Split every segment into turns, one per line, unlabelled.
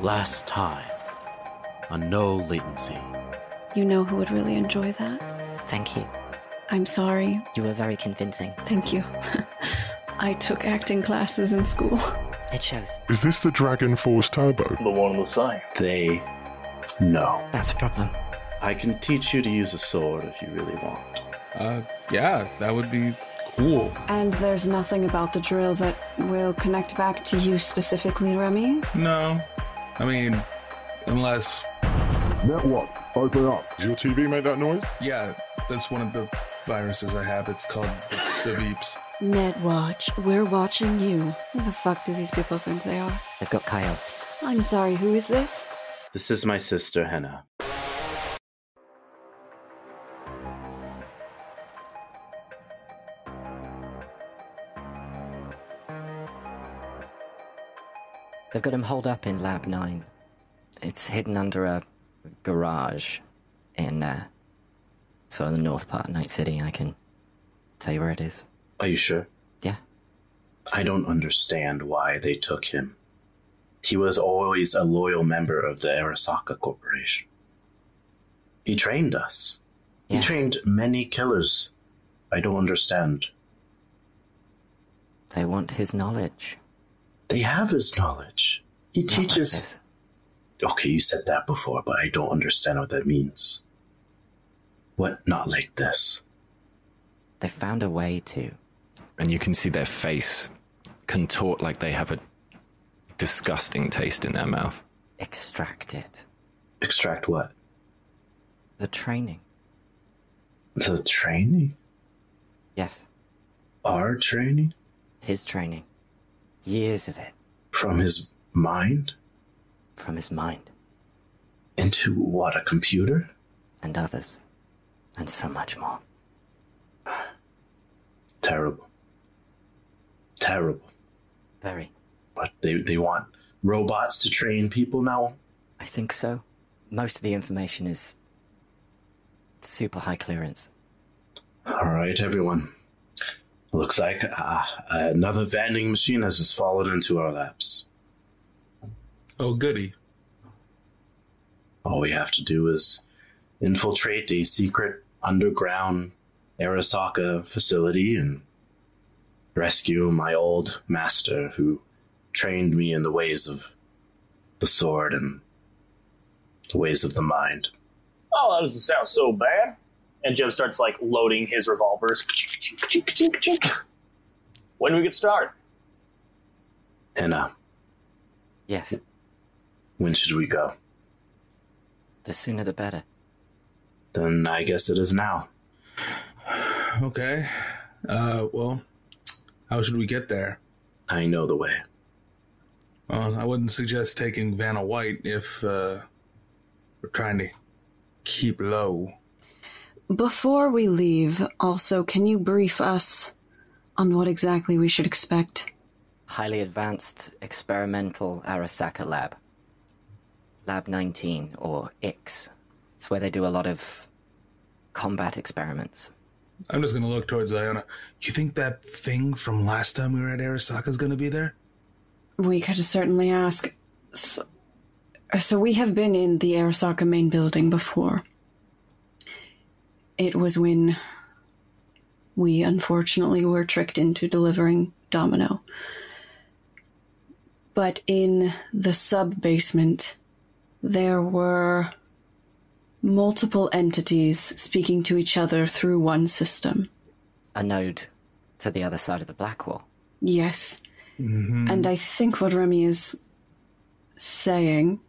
last time on no latency.
You know who would really enjoy that?
Thank you.
I'm sorry.
You were very convincing.
Thank you. I took acting classes in school.
It shows.
Is this the Dragon Force Turbo?
The one on the side.
They know.
That's a problem.
I can teach you to use a sword if you really want.
Uh, yeah, that would be cool.
And there's nothing about the drill that will connect back to you specifically, Remy?
No, I mean, unless
Network, open up.
Does your TV make that noise?
yeah, that's one of the viruses I have. It's called the, the Veeps.
Netwatch, we're watching you.
Who the fuck do these people think they are?
They've got Kyle.
I'm sorry, who is this?
This is my sister, Henna.
They've got him holed up in Lab 9. It's hidden under a garage in uh, sort of the north part of Night City. I can tell you where it is.
Are you sure?
Yeah.
I don't understand why they took him. He was always a loyal member of the Arasaka Corporation. He trained us. He
Yes.
trained many killers. I don't understand.
They want his knowledge.
They have his knowledge. He
Not like
teaches.
this.
Okay, you said that before, but I don't understand what that means. What not like this?
They found a way to.
and you can see their face contort like they have a disgusting taste in their mouth.
extract it.
Extract what?
The training.
The training?
Yes,
Our training?
his training. Years of it
From his mind?
from his mind
Into what? A computer?
and others, and so much more.
Terrible. Terrible.
Very.
But they, they want robots to train people now?
I think so. Most of the information is super high clearance.
Alright, everyone. Looks like uh, another vending machine has just fallen into our laps.
Oh, goody.
All we have to do is infiltrate a secret underground Arasaka facility and rescue my old master who trained me in the ways of the sword and the ways of the mind.
Oh, that doesn't sound so bad. And Jeb starts like loading his revolvers. When do we get started?
Henna,
Yes,
uh, when should we go?
the sooner the better.
Then I guess it is now.
Okay. Uh, well, how should we get there?
I know the way.
Well, I wouldn't suggest taking Vanna White if uh, we're trying to keep low.
Before we leave, also, can you brief us on what exactly we should expect?
Highly advanced experimental Arasaka lab. Lab 19, or IX. It's where they do a lot of combat experiments.
I'm just gonna look towards Iona. You think that thing from last time we were at Arasaka's gonna be there?
We could certainly ask. So, so we have been in the Arasaka main building before. It was when we unfortunately were tricked into delivering Domino. But in the sub basement, there were multiple entities speaking to each other through one system.
A node to the other side of the black wall.
Yes.
Mm-hmm.
And I think what Remy is saying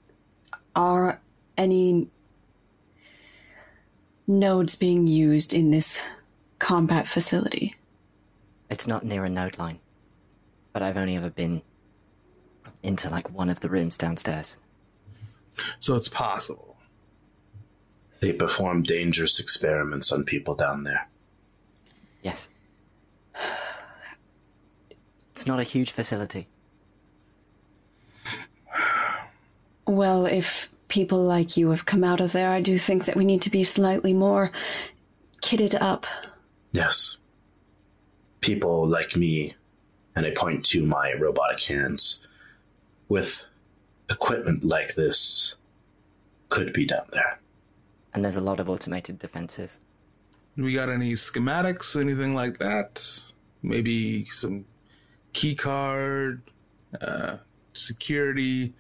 are any nodes being used in this combat facility.
It's not near a node line, but I've only ever been into like one of the rooms downstairs.
So it's possible.
They perform dangerous experiments on people down there.
Yes. It's not a huge facility.
Well, if people like you have come out of there, I do think that we need to be slightly more kitted up.
Yes. People like me, and I point to my robotic hands, with equipment like this could be down there.
And there's a lot of automated defenses.
Do we got any schematics, anything like that? Maybe some key card, uh, security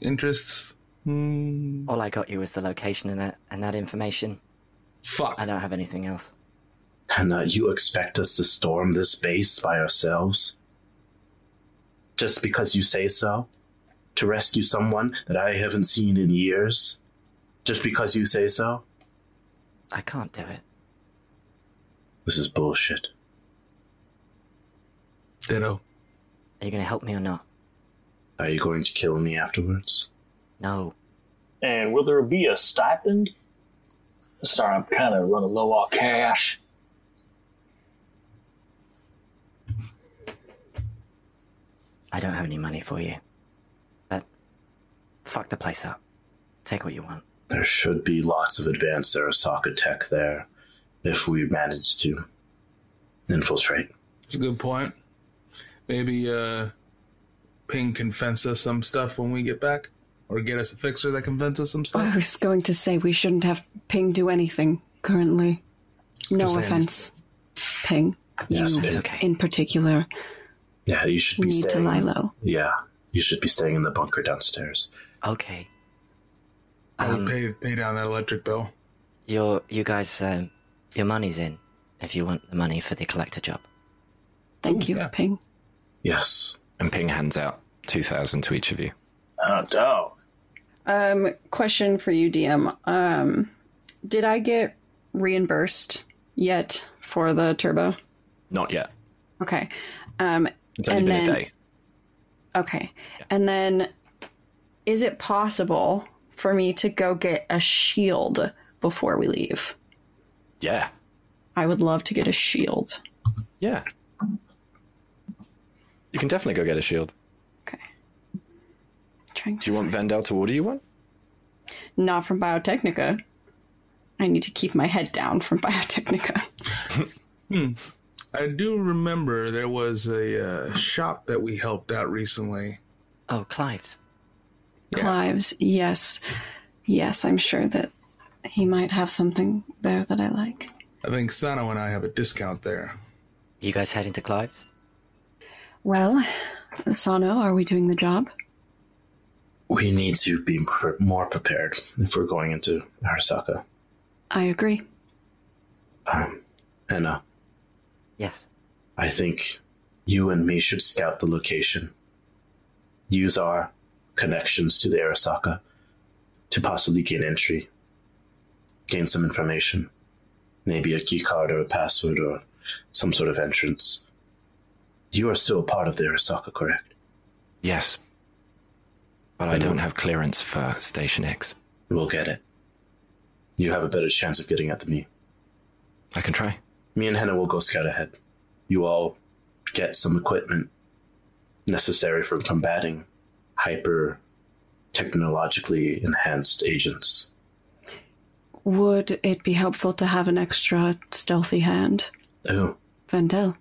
interests. Hmm.
All I got you was the location and that and that information.
Fuck.
I don't have anything else.
And uh, you expect us to storm this base by ourselves? Just because you say so? To rescue someone that I haven't seen in years? Just because you say so?
I can't do it.
This is bullshit.
Ditto.
Are you going to help me or not?
Are you going to kill me afterwards?
No.
And will there be a stipend? Sorry, I'm kind of running low on cash.
I don't have any money for you. But fuck the place up. Take what you want.
There should be lots of advanced Arasaka tech there if we manage to infiltrate.
That's a good point. Maybe uh, Ping can fence us some stuff when we get back, or get us a fixer that can fence us some
I
stuff.
was going to say we shouldn't have Ping do anything currently. No
Just saying.
offense, Ping.
Yes,
you
Ping.
Okay.
in particular
Yeah, you should be
need to
staying.
lie low.
Yeah, you should be staying in the bunker downstairs.
Okay.
I would
Um,
pay pay down that electric bill.
Your you guys, um, your money's in. If you want the money for the collector job,
Thank you,
yeah.
Ping.
Yes.
And Ping hands out 2,000 to each of you.
Oh, dog.
Um, question for you, DM. Um, did I get reimbursed yet for the turbo?
Not yet.
Okay. Um,
It's only
And
been
then-
a day.
okay. And then, is it possible for me to go get a shield before we leave?
Yeah.
I would love to get a shield.
Yeah. You can definitely go get a shield.
Okay. Trying
Do
to
you want Vendel to order you one?
not from Biotechnica. I need to keep my head down from Biotechnica.
I do remember there was a uh, shop that we helped out recently.
oh, Clive's.
Clives, yes. Yes, I'm sure that he might have something there that I like.
I think Sano and I have a discount there.
You guys heading to Clive's?
Well, Sano, are we doing the job?
We need to be pre- more prepared if we're going into Arasaka.
I agree.
Um, and uh,
Yes.
I think you and me should scout the location. Use our connections to the Arasaka to possibly gain entry, gain some information, maybe a key card or a password or some sort of entrance. You are still a part of the Arasaka, correct?
Yes. But I don't have clearance for Station X.
We'll get it. You have a better chance of getting at than me.
I can try.
Me and Henna will go scout ahead. You all get some equipment necessary for combating hyper technologically enhanced agents.
Would it be helpful to have an extra stealthy hand?
Oh,
Vendel.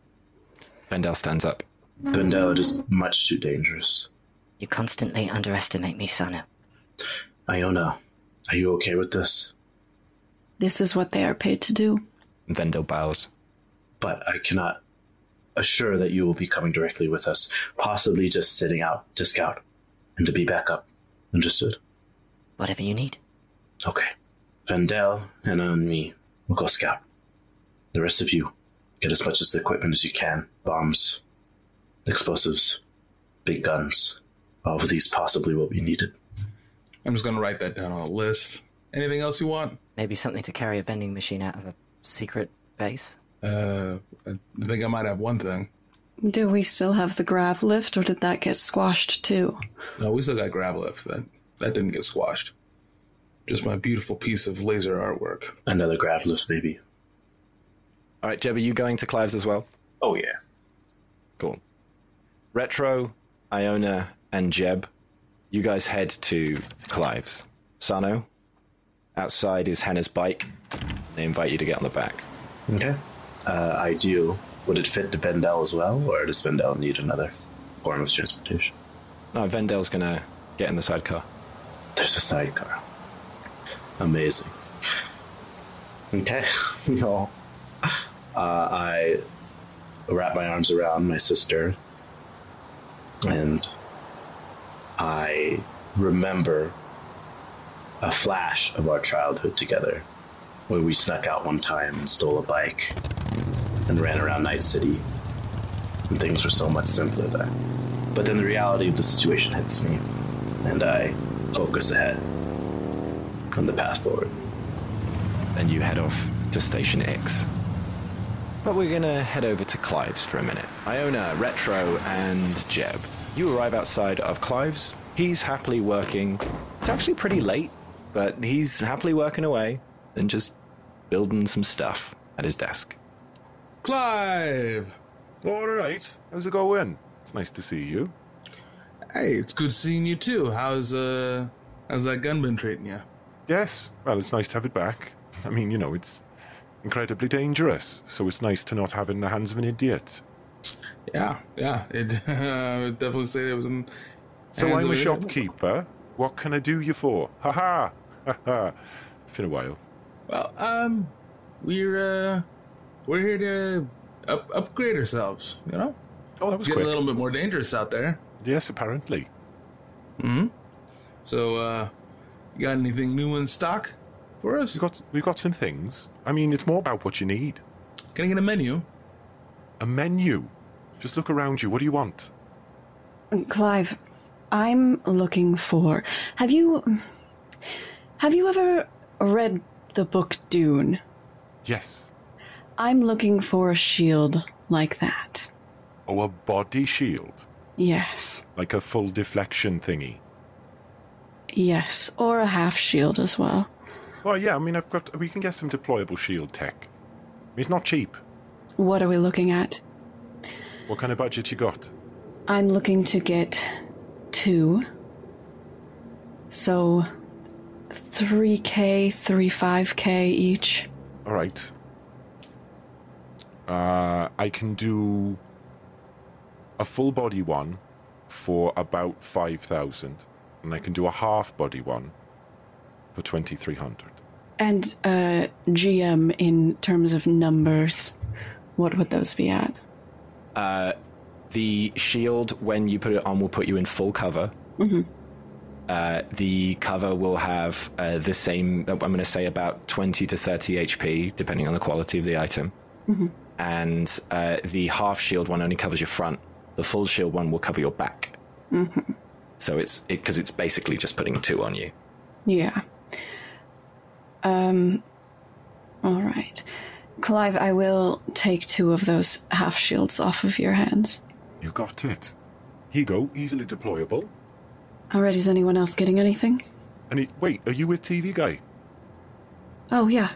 Vendel stands up.
Bendel, it is much too dangerous.
You constantly underestimate me, Sana.
Iona, are you okay with this?
This is what they are paid to do.
Vendel bows.
But I cannot assure that you will be coming directly with us, possibly just sitting out to scout and to be back up. Understood?
Whatever you need.
Okay. Vandel, Anna, and me will go scout. The rest of you, get as much of the equipment as you can bombs, explosives, big guns. All of these possibly will be needed.
I'm just gonna write that down on a list. Anything else you want?
Maybe something to carry a vending machine out of a secret base.
Uh, I think I might have one thing.
Do we still have the grav lift, or did that get squashed too?
No, we still got grab lift. That that didn't get squashed. Just my beautiful piece of laser artwork.
Another grav lift, maybe.
All right, Jeb, are you going to Clive's as well?
Oh, yeah.
Cool. Retro, Iona, and Jeb, you guys head to Clive's. Sano, outside is Hannah's bike. They invite you to get on the back.
Okay. Uh, I do. Would it fit to Bendel as well, or does Bendel need another form of transportation?
No, Vendel's gonna get in the sidecar.
There's a sidecar. Amazing. Okay, we all. Uh, I wrap my arms around my sister, and I remember a flash of our childhood together, where we snuck out one time and stole a bike and ran around Night City, and things were so much simpler then. But then the reality of the situation hits me, and I focus ahead on the path forward.
and you head off to Station X. But we're gonna head over to Clive's for a minute. Iona, Retro, and Jeb. You arrive outside of Clive's. He's happily working. It's actually pretty late, but he's happily working away and just building some stuff at his desk.
Clive!
All right. How's it going? It's nice to see you.
Hey, it's good seeing you too. How's uh how's that gun been treating you?
Yes. Well, it's nice to have it back. I mean, you know, it's incredibly dangerous, so it's nice to not have it in the hands of an idiot.
Yeah, yeah. It I would definitely say it was an
So
hands
I'm
of
a
an idiot.
shopkeeper. What can I do you for? Ha ha! Ha ha! It's been a while.
Well, um we're uh we're here to up- upgrade ourselves, you know?
Oh, that was
Get
quick.
a little bit more dangerous out there.
Yes, apparently.
hmm So uh you got anything new in stock for us?
We've got, we've got some things. I mean, it's more about what you need.
Can I get a menu?
A menu. Just look around you. What do you want?
Clive, I'm looking for. Have you. Have you ever read the book Dune?
Yes.
I'm looking for a shield like that.
Oh, a body shield.
Yes.
Like a full deflection thingy.
Yes. Or a half shield as well.
Well, yeah, I mean, I've got. We can get some deployable shield tech. It's not cheap.
What are we looking at?
What kind of budget you got?
I'm looking to get two. So 3k, 35k each.
All right. Uh, I can do a full body one for about five thousand, and I can do a half body one for twenty three hundred.
And uh, GM in terms of numbers, what would those be at?
The shield, when you put it on, will put you in full cover. Uh, the cover will have uh, the same, I'm going to say about 20 to 30 HP, depending on the quality of the item. And uh, the half shield one only covers your front. The full shield one will cover your back. So it's because it's basically just putting two on you.
Yeah. Um. All right, Clive. I will take two of those half shields off of your hands.
You got it. Here you go, easily deployable.
All right. Is anyone else getting anything?
And it, wait, are you with TV guy?
Oh yeah.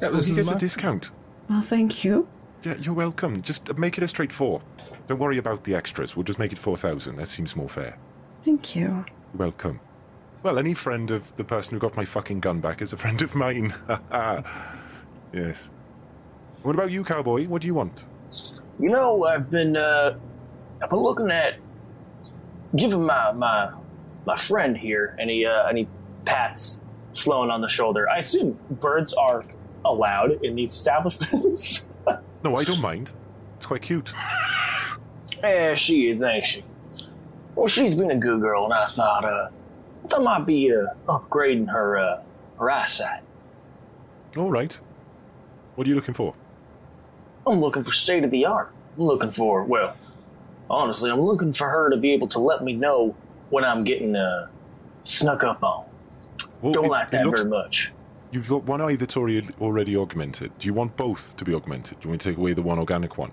Yeah,
Oh,
this
he
is
gets a
my-
discount.
Well, thank you.
Yeah, you're welcome. Just make it a straight four. Don't worry about the extras. We'll just make it four thousand. That seems more fair.
Thank you.
Welcome. Well, any friend of the person who got my fucking gun back is a friend of mine. yes. What about you, cowboy? What do you want?
You know, I've been uh, I've been looking at giving my my my friend here any uh, any pats Sloan on the shoulder. I assume birds are allowed in these establishments.
No, I don't mind. It's quite cute.
yeah, she is, ain't she? Well, she's been a good girl, and I thought uh, I thought might be uh, upgrading her uh, her eyesight.
All right. What are you looking for?
I'm looking for state of the art. I'm looking for, well, honestly, I'm looking for her to be able to let me know when I'm getting uh, snuck up on.
Well,
Don't
it-
like
it
that
looks-
very much.
You've got one eye that's already, already augmented. Do you want both to be augmented? Do you want to take away the one organic one?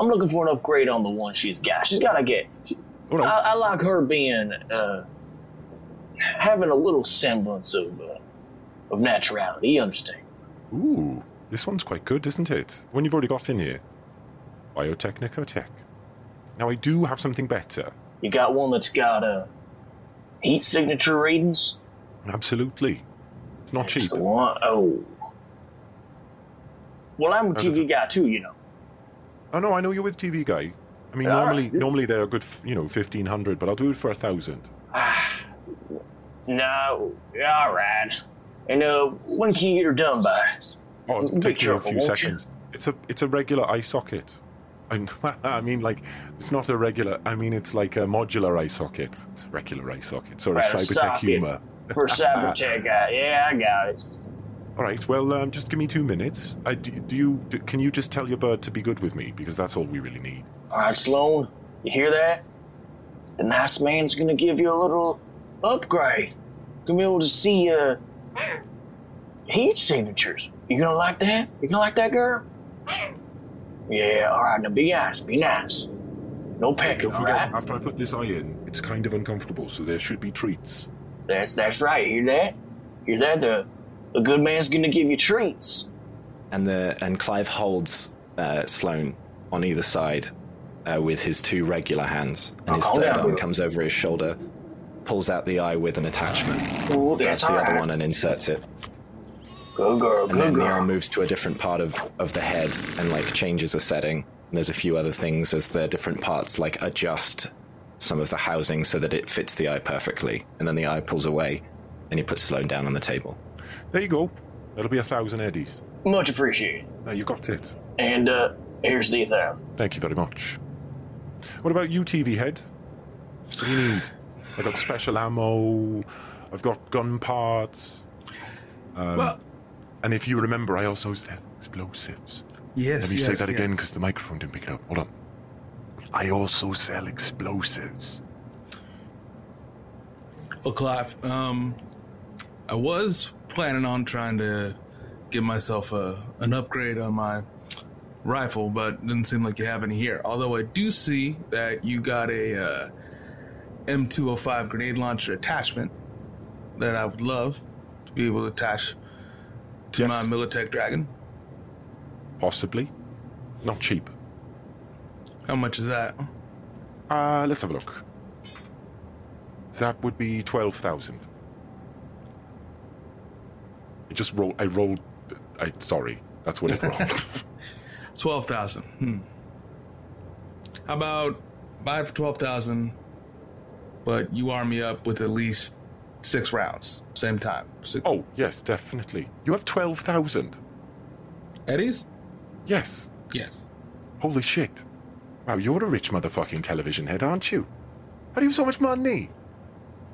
I'm looking for an upgrade on the one she's got. She's got to get.
All
I,
right.
I like her being, uh, having a little semblance of, uh, of naturality. You understand?
Ooh, this one's quite good, isn't it? One you've already got in here. Biotechnica Tech. Now, I do have something better.
You got one that's got uh, heat signature readings.
Absolutely. It's not cheap.
That's the one. Oh. Well, I'm a
That's
TV guy too, you know.
Oh no, I know you're with TV guy. I mean,
All
normally,
right.
normally they're a good, f- you know, fifteen hundred, but I'll do it for a thousand.
No, all right. And uh, when can you get her done by?
Oh, it'll
Be
take you a
careful,
few
won't you?
seconds. It's a, it's a regular eye socket. And I mean, like, it's not a regular. I mean, it's like a modular eye socket. It's a regular eye socket. Sorry,
Right, a
Cybertech
socket.
humor.
For Cybertech, uh, yeah, I got it.
All right. Well, um, just give me two minutes. I, do, do you? Do, can you just tell your bird to be good with me because that's all we really need.
All right, Sloan, you hear that? The nice man's gonna give you a little upgrade. Gonna be able to see uh, heat signatures. You gonna like that? You gonna like that, girl? Yeah, all right, now be nice, be nice. No pecking,
Don't
all
forget,
right?
after I put this eye in, it's kind of uncomfortable, so there should be treats.
That's that's right. Hear that? Hear that? The the good man's gonna give you treats.
and the and Clive holds uh, Sloane on either side uh, with his two regular hands, and his
Oh,
third
yeah.
arm comes over his shoulder, pulls out the eye with an attachment,
Ooh, that's
grabs the
all
other
right.
one and inserts it,
Good girl,
and then
good
the arm
girl.
moves to a different part of, of the head and like changes a setting. And there's a few other things as the different parts like adjust some of the housing so that it fits the eye perfectly, and then the eye pulls away, and he puts Sloane down on the table.
There you go. That'll be a thousand eddies.
Much appreciated.
Now you Uh, got it.
And uh, here's the though.
Thank you very much. What about you, TV head? What do you need? I got special ammo. I've got gun parts. Um,
well,
and if you remember, I also said explosives.
yes.
Let me
yes,
say that
yes.
again because the microphone didn't pick it up. Hold on. I also sell explosives.
Well, Oh, Clive, um, I was planning on trying to get myself a an upgrade on my rifle, but didn't seem like you have any here. Although I do see that you got a uh, M205 grenade launcher attachment that I would love to be able to attach to
Yes.
my Militech Dragon.
Possibly. Not cheap.
How much is that?
Uh, let's have a look. That would be twelve thousand. I just rolled. I rolled. I sorry. That's what it rolled.
Twelve thousand. Hmm. How about buy it for twelve thousand, but you arm me up with at least six rounds, same time. Six
oh yes, definitely. You have twelve thousand.
Eddies?
Yes.
Yes.
Holy shit. Wow, you're a rich motherfucking television head, aren't you? How do you have so much money?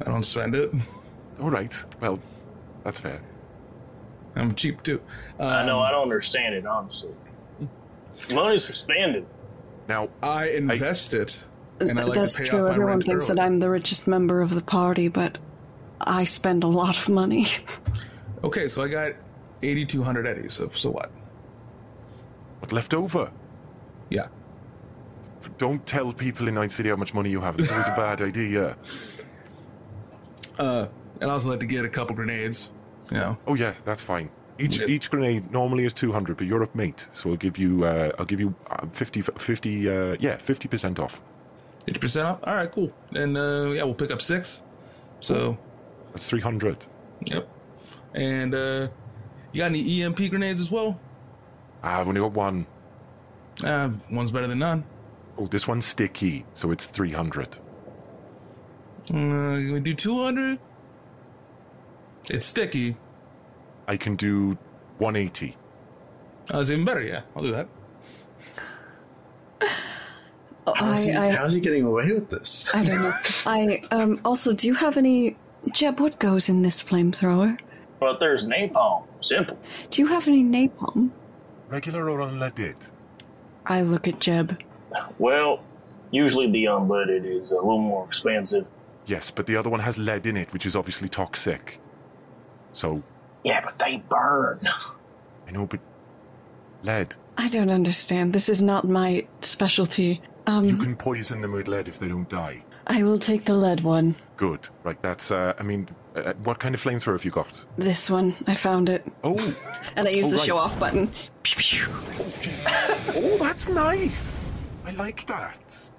I don't spend it.
All right. Well, that's fair.
I'm cheap too. Um,
I know I don't understand it honestly. Money's for spending.
Now,
I invest it, and I like
That's
to pay
true.
off my
Everyone
rent
thinks
early.
that I'm the richest member of the party, but I spend a lot of money.
Okay, so I got eighty-two hundred eddies. So so what?
what's left over?
Yeah.
Don't tell people in Night City how much money you have. It's always a bad idea.
Uh, and I also like to get a couple grenades. You know.
Oh yeah, that's fine. Each
Yeah.
each grenade normally is two hundred, but you're up mate, so I'll give you uh, I'll give you uh, 50, 50 uh, yeah fifty percent off.
Fifty percent off. All right, cool. And uh, yeah, we'll pick up six. So
That's three hundred.
Yep. And uh, you got any EMP grenades as well?
Ah, I've only got one.
Uh, one's better than none.
Oh, this one's sticky, so it's three hundred.
Uh, can we do 200? It's sticky.
I can do one eighty.
Oh, it's even better, yeah. I'll do that.
How's, he,
I, I,
how's he getting away with this?
I don't know. I um, also, do you have any, Jeb? What goes in this flamethrower?
But there's napalm. Simple.
Do you have any napalm?
Regular or unleaded?
I look at Jeb.
Well, usually the unleaded is a little more expensive.
Yes, but the other one has lead in it, which is obviously toxic. So
Yeah, but they burn.
I know, but lead.
I don't understand. This is not my specialty.
You
Um,
can poison them with lead if they don't die.
I will take the lead one.
Good. Right. That's. Uh, I mean, uh, what kind of flamethrower have you got?
This one, I found it,
Oh.
and I use
Oh,
the
right.
show off button. Pew, pew.
Oh, that's nice. I like that.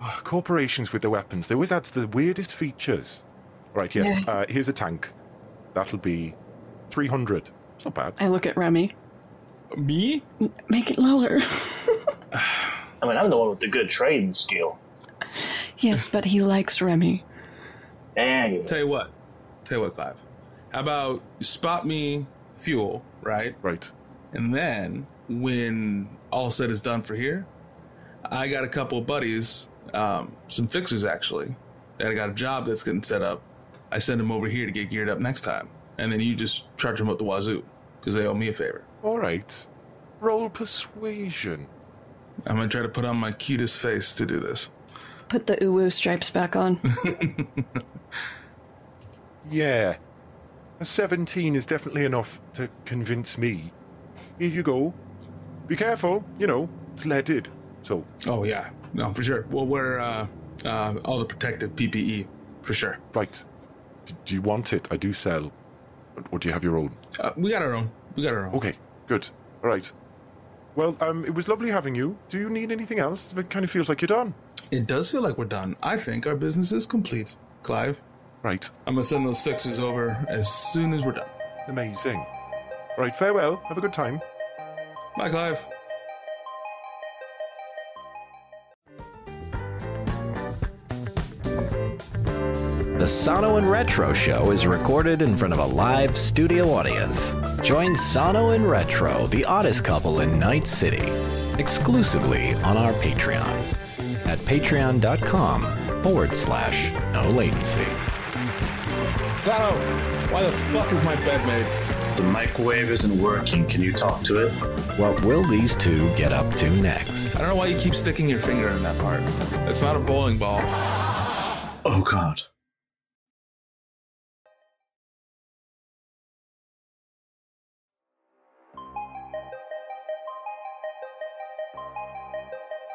Ah, corporations with their weapons, they always add the weirdest features. Right, yes. Uh, here's a tank. That'll be 300. It's not bad.
I look at Remy.
Me?
Make it lower.
I mean, I'm the one with the good trading skill.
Yes, but he likes Remy.
Anyway,
Tell you what. Tell you what, Clive. How about you spot me fuel, right?
Right.
And then when all said is done for here, I got a couple of buddies, um, some fixers actually, that I got a job that's getting set up. I send them over here to get geared up next time. And then you just charge them up the wazoo because they owe me a favor.
All right. Roll persuasion.
I'm going to try to put on my cutest face to do this.
Put the uwu stripes back on.
Yeah. A 17 is definitely enough to convince me. Here you go. Be careful, you know, it's leaded. So,
Oh, yeah. No, for sure. We'll wear uh, uh, all the protective PPE for sure.
right. D- do you want it? I do sell. Or- Or do you have your own?
Uh, we got our own. We got our own.
Okay, good. All right. Well, um, it was lovely having you. Do you need anything else? It kind of feels like you're done.
It does feel like we're done. I think our business is complete, Clive.
Right.
I'm gonna send those fixers over as soon as we're done.
Amazing. Right, farewell. Have a good time.
Bye, Clive.
The Sano and Retro Show is recorded in front of a live studio audience. Join Sano and Retro, the oddest couple in Night City, exclusively on our Patreon at patreon.com forward slash no latency.
Sano, why the fuck is my bed made?
The microwave isn't working. Can you talk to it?
What will these two get up to next?
I don't know why you keep sticking your finger in that part. It's not a bowling ball.
Oh, God.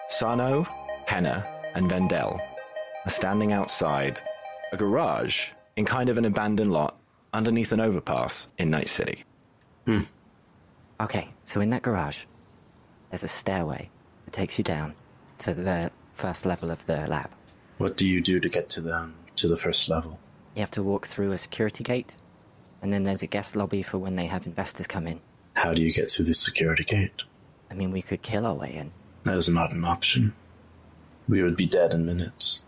Sano, Henna, and Vendel are standing outside a garage in kind of an abandoned lot underneath an overpass in Night City.
Okay, so in that garage, there's a stairway that takes you down to the first level of the lab.
What do you do to get to the, to the first level?
You have to walk through a security gate, and then there's a guest lobby for when they have investors come in.
How do you get through the security gate?
I mean, we could kill our way in.
That is not an option. We would be dead in minutes.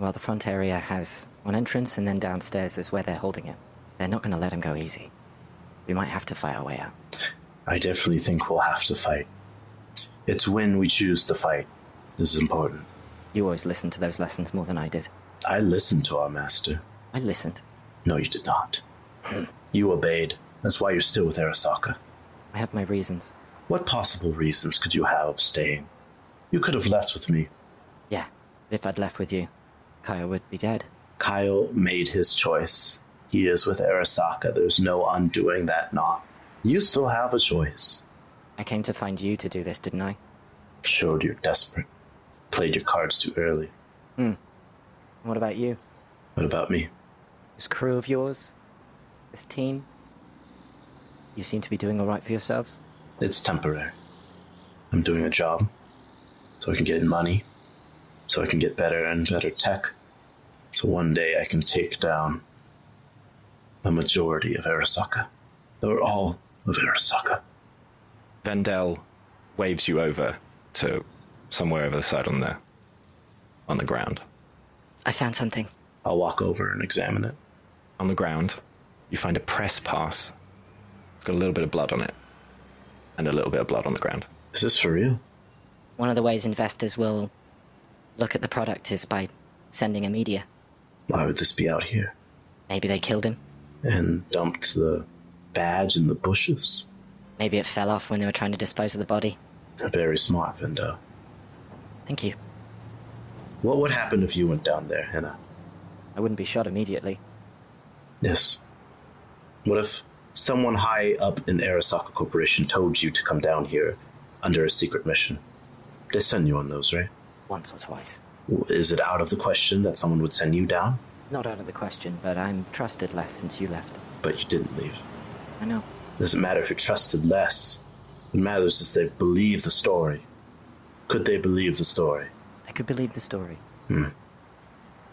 Well, the front area has one entrance, and then downstairs is where they're holding him. They're not going to let him go easy. We might have to fight our way out.
I definitely think we'll have to fight. It's when we choose to fight is important.
You always listened to those lessons more than I did.
I listened to our master.
I listened.
No, you did not. you obeyed. That's why you're still with Arasaka.
I have my reasons.
What possible reasons could you have of staying? You could have left with me.
Yeah, if I'd left with you, Kaya would be dead.
Kyle made his choice. He is with Arasaka. There's no undoing that knot. You still have a choice.
I came to find you to do this, didn't I?
Showed you're desperate. Played your cards too early.
What about you?
What about me?
This crew of yours? This team? You seem to be doing alright for yourselves?
It's temporary. I'm doing a job so I can get money, so I can get better and better tech, so one day I can take down the majority of Arasaka. Or all of Arasaka.
Vendel waves you over to somewhere over the side on the on the ground.
I found something.
I'll walk over and examine it.
On the ground, you find a press pass. It's got a little bit of blood on it. And a little bit of blood on the ground.
Is this for real?
One of the ways investors will look at the product is by sending a media.
Why would this be out here?
Maybe they killed him.
And dumped the badge in the bushes?
Maybe it fell off when they were trying to dispose of the body.
Very smart, Vendo.
Thank you.
What would happen if you went down there, Henna?
I wouldn't be shot immediately.
Yes. What if someone high up in Arasaka Corporation told you to come down here under a secret mission? They send you on those, right?
Once or twice.
W- Is it out of the question that someone would send you down?
Not out of the question, but I'm trusted less since you left.
But you didn't leave.
I know.
Doesn't matter if you're trusted less. What matters is they believe the story. Could they believe the story?
I could believe the story.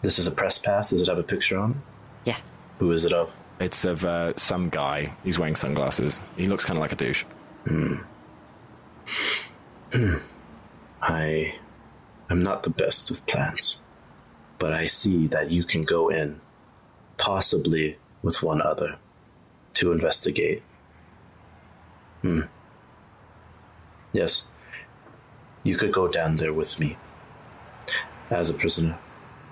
This is a press pass. Does it have a picture on it?
Yeah.
Who is it of?
It's of uh, some guy. He's wearing sunglasses. He looks kind of like a douche.
I I'm not the best with plans, but I see that you can go in, possibly with one other, to investigate. Hmm. Yes, you could go down there with me as a prisoner.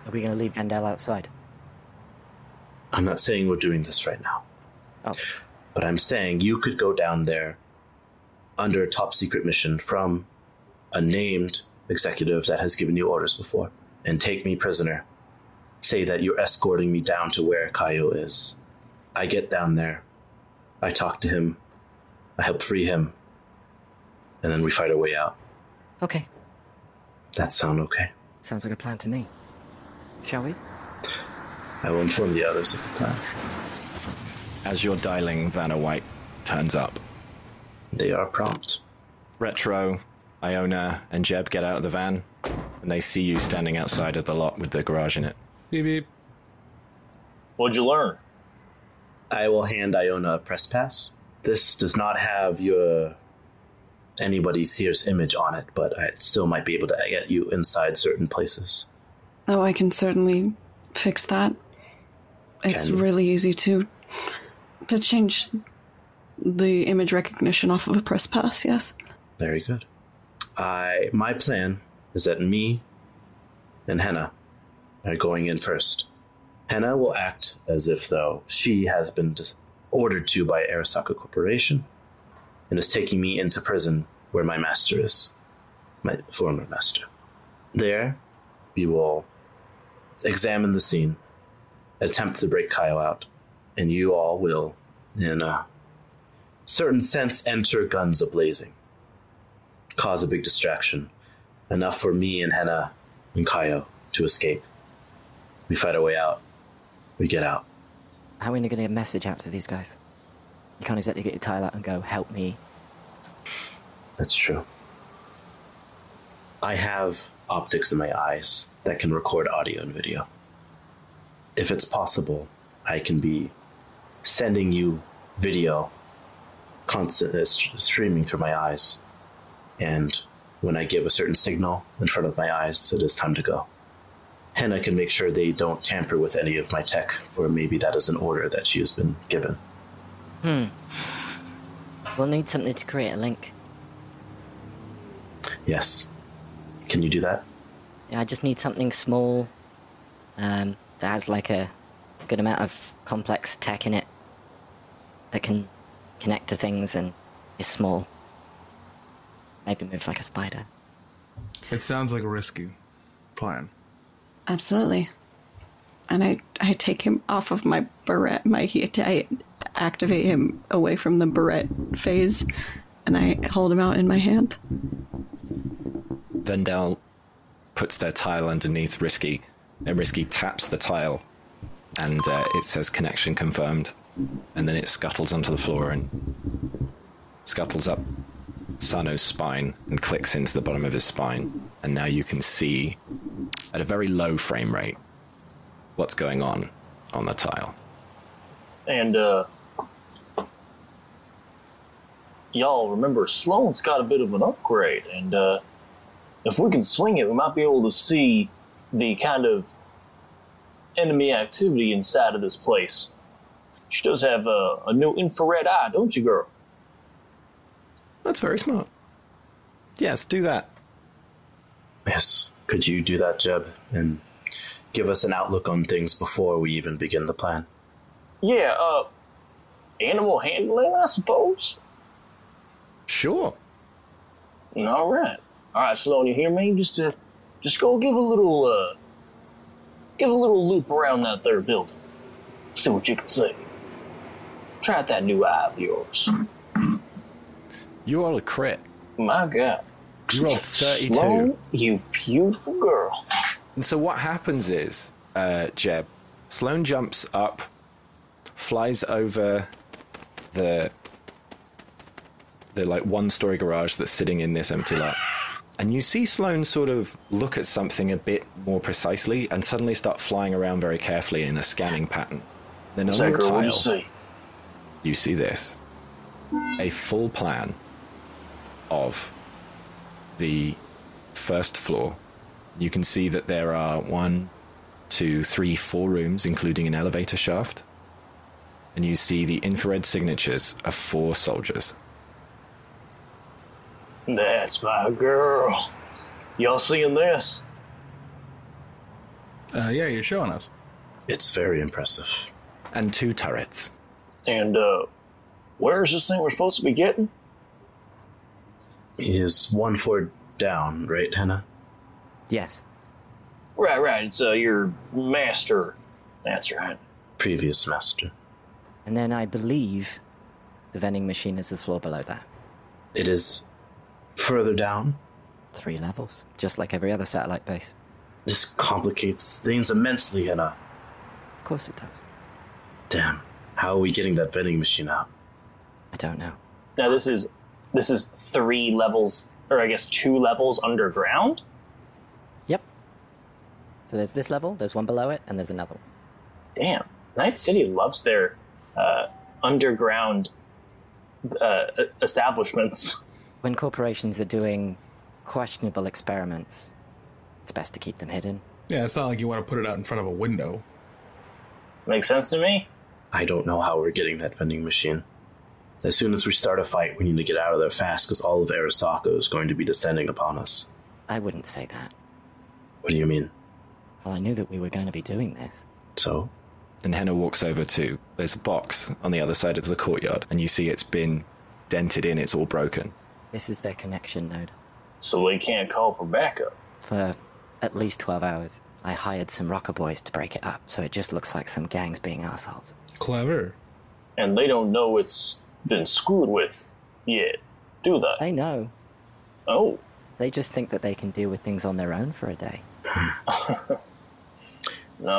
Are we going to leave Vandal outside?
I'm not saying we're doing this right now.
Oh.
But I'm saying you could go down there under a top secret mission from a named executive that has given you orders before and take me prisoner. Say that you're escorting me down to where Kaio is. I get down there. I talk to him. I help free him. And then we fight our way out.
Okay,
That sound okay?
sounds like a plan to me. Shall we?
I will inform the others of the plan.
As you're dialing, Vanna White turns up.
They are prompt.
Retro, Iona, and Jeb get out of the van, and they see you standing outside of the lot with the garage in it.
Beep beep.
What'd you learn?
I will hand Iona a press pass. This does not have your anybody's here's image on it, but I still might be able to get you inside certain places.
Oh, I can certainly fix that. It's
Can you?
really easy to to change the image recognition off of a press pass. Yes.
Very good. I my plan is that me and Henna are going in first. Henna will act as if though she has been dis- ordered to by Arasaka Corporation and is taking me into prison where my master is, my former master. There, we will examine the scene, attempt to break Kyle out, and you all will, in a certain sense, enter guns ablazing cause a big distraction, enough for me and Henna and Kaio to escape. We fight our way out. We get out.
How are we going to get a message out to these guys? You can't exactly get your tile out and go, help me.
That's true. I have optics in my eyes that can record audio and video. If it's possible, I can be sending you video constant uh, st- streaming through my eyes. And when I give a certain signal in front of my eyes, it is time to go. Henna can make sure they don't tamper with any of my tech, or maybe that is an order that she has been given.
Hmm. We'll need something to create a link.
Yes. Can you do that?
I just need something small um, that has like a good amount of complex tech in it that can connect to things and is small. Maybe moves like a spider.
It sounds like a risky plan.
Absolutely. And I, I take him off of my barrette. My he, I activate him away from the barrette phase, and I hold him out in my hand.
Vendel puts their tile underneath Risky, and Risky taps the tile, and uh, it says connection confirmed. And then it scuttles onto the floor and scuttles up Sano's spine and clicks into the bottom of his spine. And now you can see, at a very low frame rate, what's going on on the tile.
And uh y'all remember Sloan's got a bit of an upgrade and uh if we can swing it we might be able to see the kind of enemy activity inside of this place. She does have a, a new infrared eye, don't you girl?
That's very smart. Yes, do that.
Yes. Could you do that, Jeb, and give us an outlook on things before we even begin the plan?
Yeah, uh animal handling I suppose.
Sure.
All right, all right, Sloan, you hear me? Just uh, just go give a little, uh, give a little loop around that there building. See what you can see. Try out that new eye of yours.
Hmm. You roll a crit.
My God,
You roll 32.
Sloan, you beautiful girl.
And so what happens is, uh, Jeb, Sloan jumps up, flies over the the like one story garage that's sitting in this empty lot. And you see Sloan sort of look at something a bit more precisely and suddenly start flying around very carefully in a scanning pattern. Then on
Is that
your
girl? What do you
tile,
see?
you see this a full plan of the first floor You can see that there are one, two, three, four rooms, including an elevator shaft. And you see the infrared signatures of four soldiers.
That's my girl. Y'all seeing this?
Uh, yeah, you're showing us.
It's very impressive.
And two turrets.
And uh, where is this thing we're supposed to be getting?
Is one floor down, right, Hannah?
Yes.
Right, right. It's uh, your master. That's right.
Previous master.
And then I believe the vending machine is the floor below that.
It is further down.
Three levels, just like every other satellite base.
This complicates things immensely, Hannah.
Of course it does.
Damn. How are we getting that vending machine out?
I don't know.
Now this is this is three levels, or I guess two levels underground.
Yep. So there's this level, there's one below it, and there's another one.
Damn, Night City loves their uh, underground uh, establishments.
When corporations are doing questionable experiments, it's best to keep them hidden.
Yeah, it's not like you want to put it out in front of a window.
Makes sense to me.
I don't know how we're getting that vending machine. As soon as we start a fight, we need to get out of there fast because all of Arasaka is going to be descending upon us.
I wouldn't say that.
What do you mean?
Well, I knew that we were going to be doing this.
So?
And Henna walks over to there's a box on the other side of the courtyard, and you see it's been dented in, it's all broken.
This is their connection node.
So they can't call for backup.
For at least 12 hours, I hired some rocker boys to break it up, so it just looks like some gangs being assholes.
Clever.
And they don't know it's been screwed with yet, do they?
They know.
Oh.
They just think that they can deal with things on their own for a day.
Not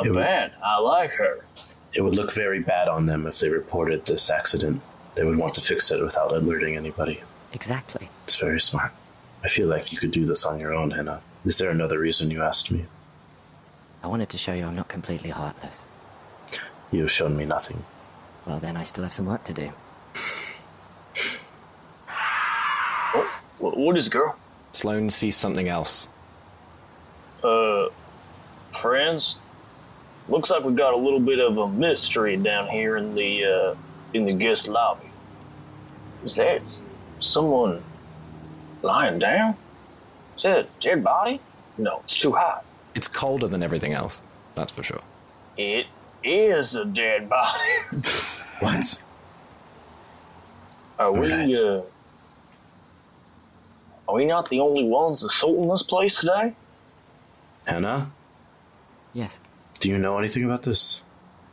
It would-
bad. I like her.
It would look very bad on them if they reported this accident. They would want to fix it without alerting anybody.
Exactly.
It's very smart. I feel like you could do this on your own, Hannah. Is there another reason you asked me?
I wanted to show you I'm not completely heartless.
You have shown me nothing.
Well, then I still have some work to do.
Wh- What is girl?
Sloane sees something else.
Uh, friends. Looks like we got a little bit of a mystery down here in the uh, in the guest lobby. Is that someone lying down? Is that a dead body? No, it's too hot.
It's colder than everything else, that's for sure.
It is a dead body.
What?
Are we?
Alright.
Uh, are we not the only ones assaulting this place today?
Hannah?
Yes.
Do you know anything about this?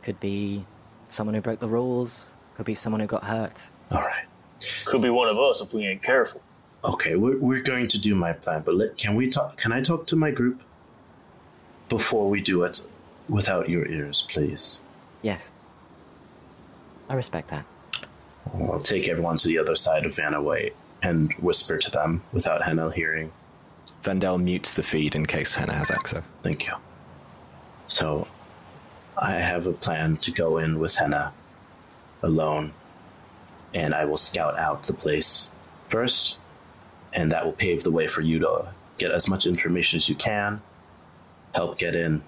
Could be someone who broke the rules, could be someone who got hurt.
All right.
Could be one of us if we ain't careful.
Okay, we're, we're going to do my plan, but let, can we talk? Can I talk to my group before we do it without your ears, please?
Yes. I respect that.
I'll take everyone to the other side of Vanaway and whisper to them without Hannah hearing.
Vandel mutes the feed in case Henna has access.
Thank you. So, I have a plan to go in with Henna alone, and I will scout out the place first, and that will pave the way for you to get as much information as you can, help get in,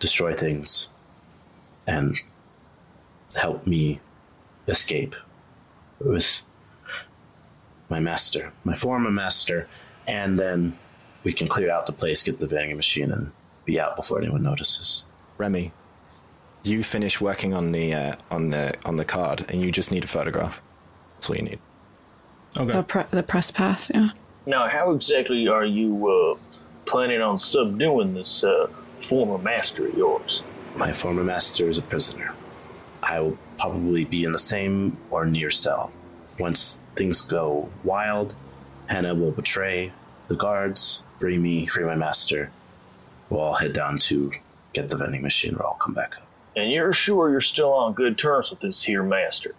destroy things, and help me escape with my master, my former master, and then we can clear out the place, get the vending machine, and be out before anyone notices.
Remy, you finish working on the uh, on the on the card, and you just need a photograph. That's all you need.
Okay.
The, pre- the press pass, yeah.
Now, how exactly are you uh, planning on subduing this uh, former master of yours?
My former master is a prisoner. I will probably be in the same or near cell. Once things go wild, Hannah will betray the guards, free me, free my master. We'll all head down to get the vending machine, or I'll come back up.
And you're sure you're still on good terms with this here master?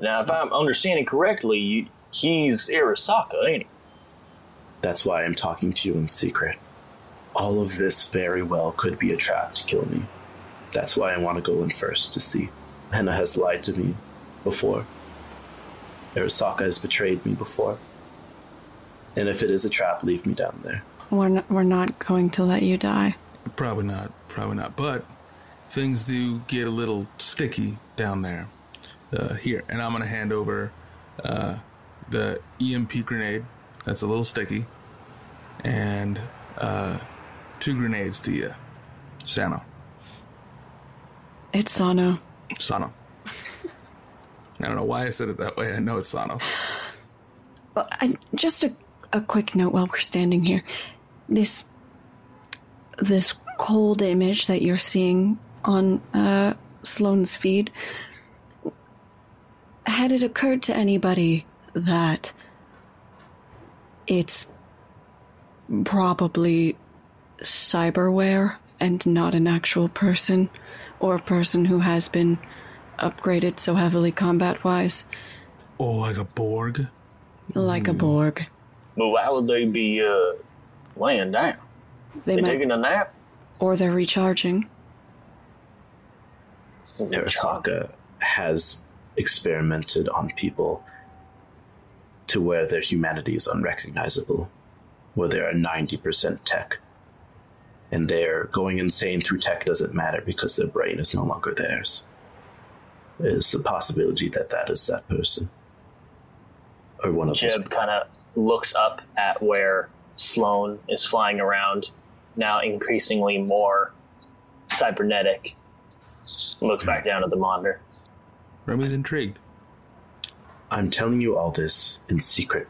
Now, if I'm understanding correctly, you, he's Arasaka, ain't he?
That's why I'm talking to you in secret. All of this very well could be a trap to kill me. That's why I want to go in first to see. Hannah has lied to me before. Arasaka has betrayed me before. And if it is a trap, leave me down there.
We're not, we're not going to let you die.
Probably not. Probably not. But things do get a little sticky down there. Uh, here, and I'm gonna hand over uh, the EMP grenade. That's a little sticky, and uh, two grenades to you, Sano.
It's Sano.
Sano. I don't know why I said it that way. I know it's Sano.
Well, I, just a, a quick note while we're standing here. This this cold image that you're seeing on uh, Sloane's feed. Had it occurred to anybody that it's probably cyberware and not an actual person or a person who has been upgraded so heavily combat wise,
Or like a Oh, Borg.
like a Borg?
Well, how would they be uh, laying down?
They
they
might-
taking a nap?
Or they're recharging.
Arasaka has experimented on people to where their humanity is unrecognizable, where they are 90% tech. And they're going insane through tech doesn't matter because their brain is no longer theirs. There's the possibility that that is that person. Or one of those.
Jeb kind of looks up at where Sloane is flying around, now increasingly more cybernetic. Looks back down at the monitor.
Remy's intrigued.
I'm telling you all this in secret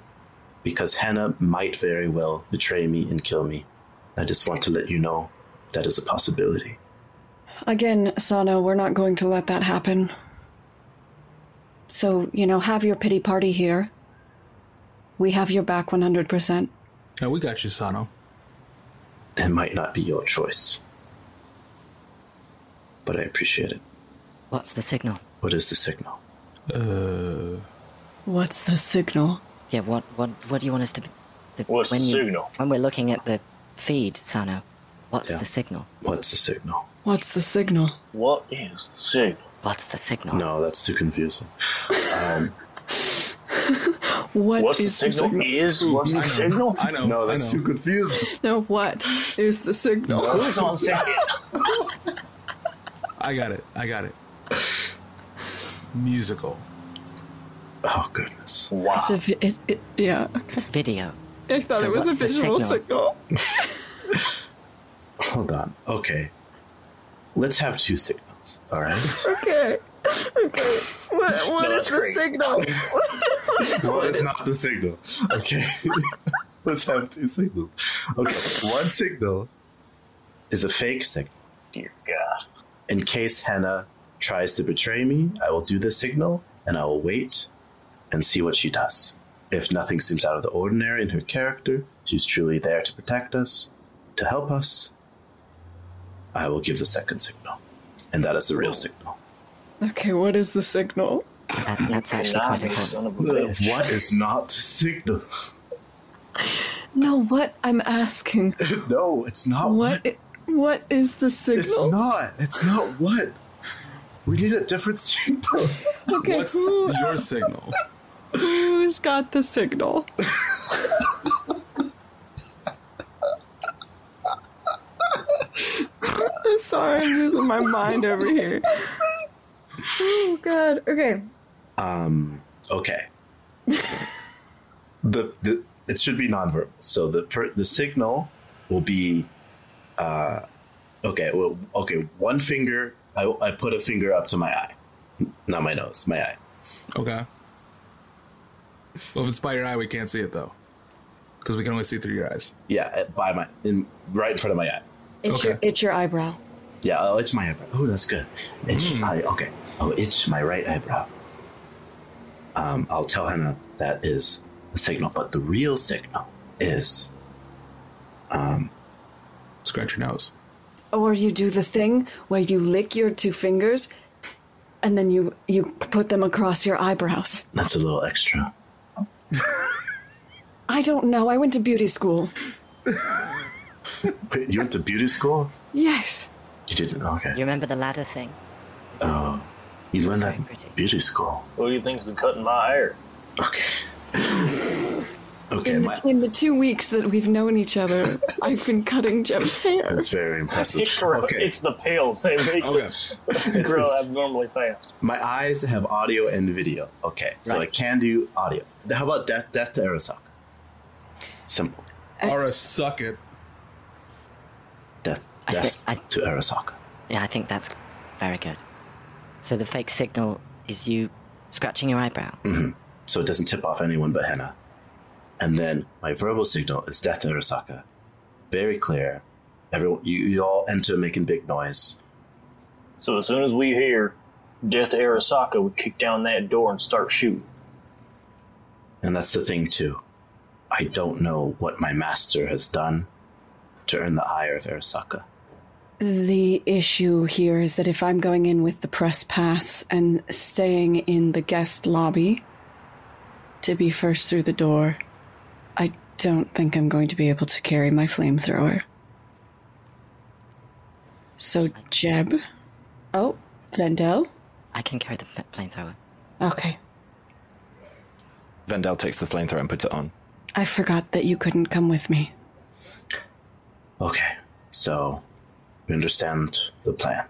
because Hannah might very well betray me and kill me. I just want to let you know that is a possibility.
Again, Sano, we're not going to let that happen. So, you know, have your pity party here. We have your back 100%.
Now we got you, Sano.
It might not be your choice. But I appreciate it.
What's the signal?
What is the signal?
Uh,
What's the signal?
Yeah, what what what do you want us to? be- The,
What's the
you-
signal?
When we're looking at the feed, Sano, what's the signal?
What's the signal?
What's the signal?
What is the signal?
What's the signal?
No, that's too confusing. Um,
What's the
is
signal? Is what's the signal?
I know.
no,
I
Oh, that's
know.
too confusing.
No, what is the signal?
Who's on second?
I got it. I got it. Musical.
Oh, goodness.
Wow.
It's a, vi- it, it, yeah, okay.
It's video.
I thought
So
it was a
what's the
visual signal.
Hold on. Okay. Let's have two signals, all right?
Okay. Okay. What, what
No,
is
that's
the
great.
signal?
well, it's not the signal. Okay. Let's have two signals. Okay. One signal is a fake signal.
Dear God.
In case Hannah tries to betray me, I will do the signal and I will wait and see what she does. If nothing seems out of the ordinary in her character, she's truly there to protect us, to help us, I will give the second signal. And that is the real
Oh.
signal.
okay, what is the signal?
That, that's actually
Nah,
quite
you
important.
son of a bitch.
What is not the signal?
No, what I'm asking.
no, it's not
What? i- What is the
It's
signal?
not. It's not what. We need a different signal.
okay,
What's
who,
your signal?
who's got the signal? I'm sorry, I'm losing my mind over here. Oh god. Okay.
Um. Okay. the, the it should be nonverbal. So the per, the signal will be, uh, okay. Well, okay. One finger. I, I put a finger up to my eye, not my nose, my eye.
Okay. Well, if it's by your eye, we can't see it though, because we can only see through your eyes.
Yeah, by my in right in front of my eye.
It's
Okay.
your it's your eyebrow.
Yeah. Oh, it's my eyebrow. Oh, that's good. It's
Hmm.
my okay. Oh, it's my right eyebrow. Um, I'll tell Hannah that is the signal, but the real signal is
Scratch your nose.
Or you do the thing where you lick your two fingers and then you you put them across your eyebrows.
that's a little extra.
I don't know. I went to beauty school.
Wait, you went to beauty school?
Yes.
You didn't? Okay.
You remember the ladder thing?
Oh, you learned that
very
in
pretty.
Oh,
beauty school.
Who do you think's been cutting my hair?
Okay. Okay,
in,
my,
the, in the two weeks that we've known each other, I've been cutting Jeb's hair.
that's very impressive.
It grow-
Okay.
It's the pails. They make
Okay.
it grow
it's-
abnormally fast.
My eyes have audio and video. Okay, so I can do audio. How about death, death to Arasaka? Simple.
Aura, suck it.
Death,
I thi-
death
I-
to Arasaka.
Yeah, I think that's very good. So the fake signal is you scratching your eyebrow.
So it doesn't tip off anyone but Henna. And then my verbal signal is death to Arasaka. Very clear. Everyone, you, you all enter making big noise.
So as soon as we hear Death to Arasaka, we kick down that door and start shooting.
And that's the thing, too. I don't know what my master has done to earn the ire of Arasaka.
The issue here is that if I'm going in with the press pass and staying in the guest lobby to be first through the door, I don't think I'm going to be able to carry my flamethrower. So, Jeb. Oh, Vendel.
I can carry the f- flamethrower.
Okay.
Vendel takes the flamethrower and puts it on.
I forgot that you couldn't come with me.
Okay, so you understand the plan.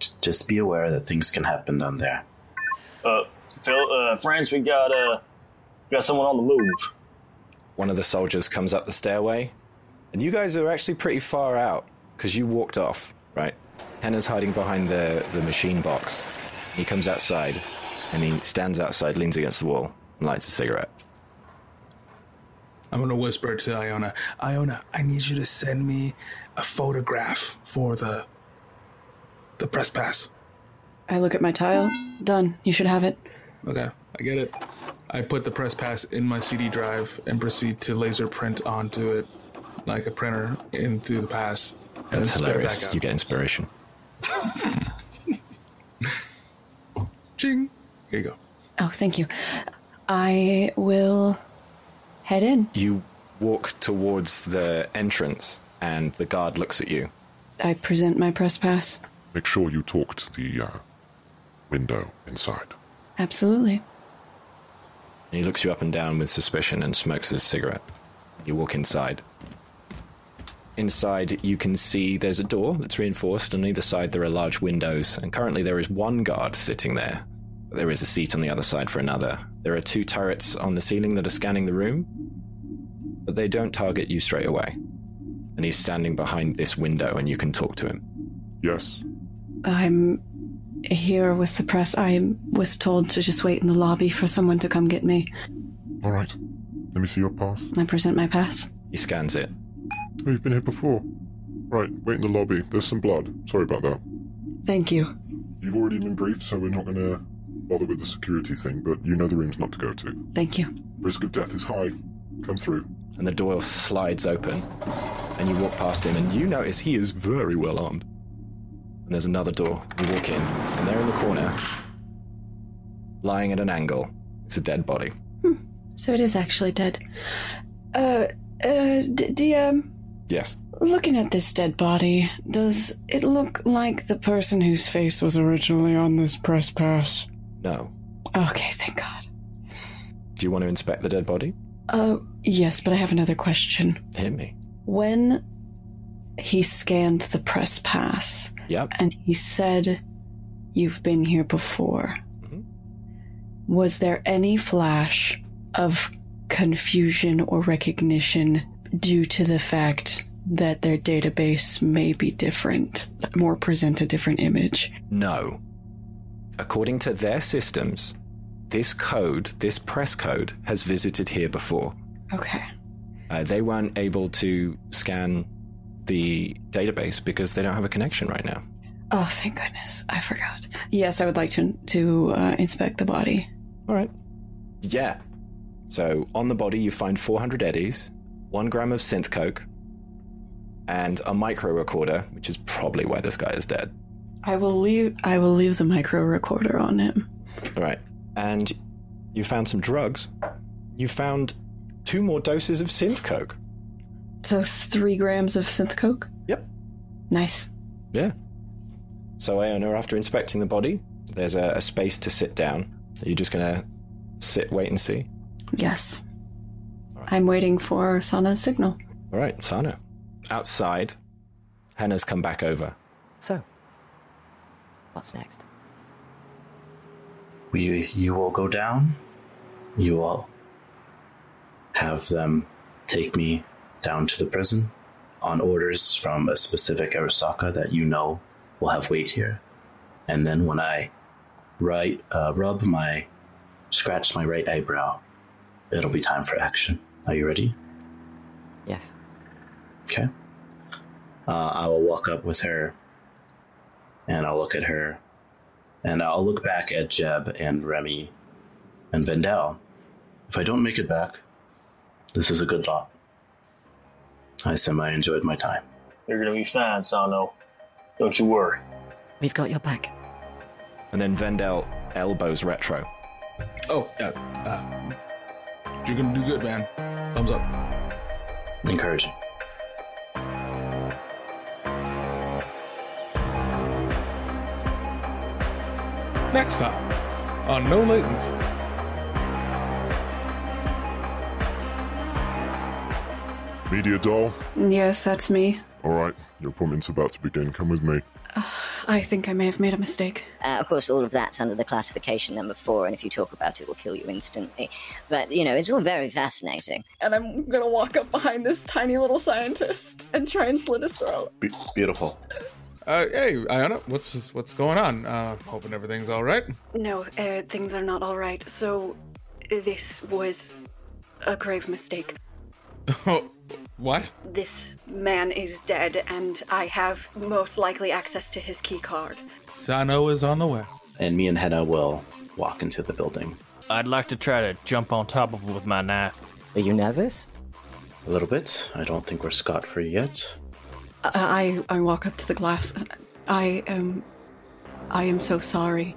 J- Just be aware that things can happen down there.
Uh, Phil, uh, friends, we got uh, got someone on the move.
One of the soldiers comes up the stairway, and you guys are actually pretty far out because you walked off, right? Henna's hiding behind the, the machine box. He comes outside, and he stands outside, leans against the wall, and lights a cigarette.
I'm gonna whisper to Iona. Iona, I need you to send me a photograph for the the press pass.
I look at my tile. Done. You should have it.
Okay, I get it. I put the press pass in my CD drive and proceed to laser print onto it like a printer into the pass. and then
That's
spit it back
hilarious.
out.
You get inspiration.
Ching. Here you go.
Oh, thank you. I will head in.
You walk towards the entrance, and the guard looks at you.
I present my press pass.
Make sure you talk to the uh, window inside.
Absolutely.
And he looks you up and down with suspicion and smokes his cigarette. You walk inside. Inside, you can see there's a door that's reinforced. On either side, there are large windows, and currently there is one guard sitting there. There is a seat on the other side for another. There are two turrets on the ceiling that are scanning the room, but they don't target you straight away. And he's standing behind this window, and you can talk to him.
Yes.
I'm here with the press. I was told to just wait in the lobby for someone to come get me.
All right. Let me see your pass.
I present my pass.
He scans it.
Oh, you've been here before. Right, wait in the lobby. There's some blood. Sorry about that.
Thank you.
You've already been briefed, so we're not going to bother with the security thing, but you know the rooms not to go to.
Thank you.
Risk of death is high. Come through.
and the door slides open, and you walk past him, and you notice he is very well armed. And there's another door. You walk in, and there in the corner, lying at an angle, is a dead body.
So it is actually dead. Uh, uh, d- DM,
Yes.
looking at this dead body, does it look like the person whose face was originally on this press pass?
No.
Okay, thank God.
Do you want to inspect the dead body?
Uh, yes, but I have another question.
Hit me.
when he scanned the press pass
Yep.
and he said, You've been here before,
Mhm.
was there any flash of confusion or recognition due to the fact that their database may be different or present a different image?
No. According to their systems, this code, this press code, has visited here before.
Okay.
Uh, they weren't able to scan the database because they don't have a connection right now.
Oh, thank goodness. I forgot. Yes, I would like to, to uh, inspect the body.
All right. Yeah. So on the body, you find 400 eddies, one gram of synth coke, and a micro recorder, which is probably why this guy is dead.
I will leave. I will leave the micro recorder on him.
All right. And you found some drugs. You found two more doses of synth coke.
So three grams of synth coke.
Yep.
Nice.
Yeah. So Iona, after inspecting the body, there's a, a space to sit down. Are you just gonna sit, wait, and see.
Yes. I'm waiting for Sana's signal.
All right, Sana. Outside, Hannah's come back over.
So, what's next?
We, you will go down. You will have them take me down to the prison on orders from a specific Arasaka that you know will have weight here. And then when I right, uh, rub my, scratch my right eyebrow, it'll be time for action. Are you ready?
Yes.
Okay. Uh, I will walk up with her and I'll look at her and I'll look back at Jeb and Remy and Vendel. If I don't make it back, this is a good lot. I semi enjoyed my time.
You're gonna be fine, Sano. Don't you worry.
We've got your back.
And then Vendel elbows Retro.
Oh, uh, uh, you're gonna do good, man. Thumbs up.
Encouraging.
Next time on No Latency.
Media doll?
Yes, that's me.
Alright, your appointment's about to begin. Come with me.
I think I may have made a mistake.
Uh, of course, all of that's under the classification number four, and if you talk about it, we'll kill you instantly. But, you know, it's all very fascinating.
And I'm gonna walk up behind this tiny little scientist and try and slit his throat.
Be- beautiful.
Uh, hey, Iona, what's what's going on? Uh, hoping everything's all right.
No, uh, things are not all right. So, uh, this was a grave mistake.
what?
This man is dead, and I have most likely access to his key card.
Sano is on the way.
And me and Henna will walk into the building.
I'd like to try to jump on top of him with my knife.
Are you nervous?
A little bit. I don't think we're scot free yet.
I, I I walk up to the glass. I am, I am so sorry.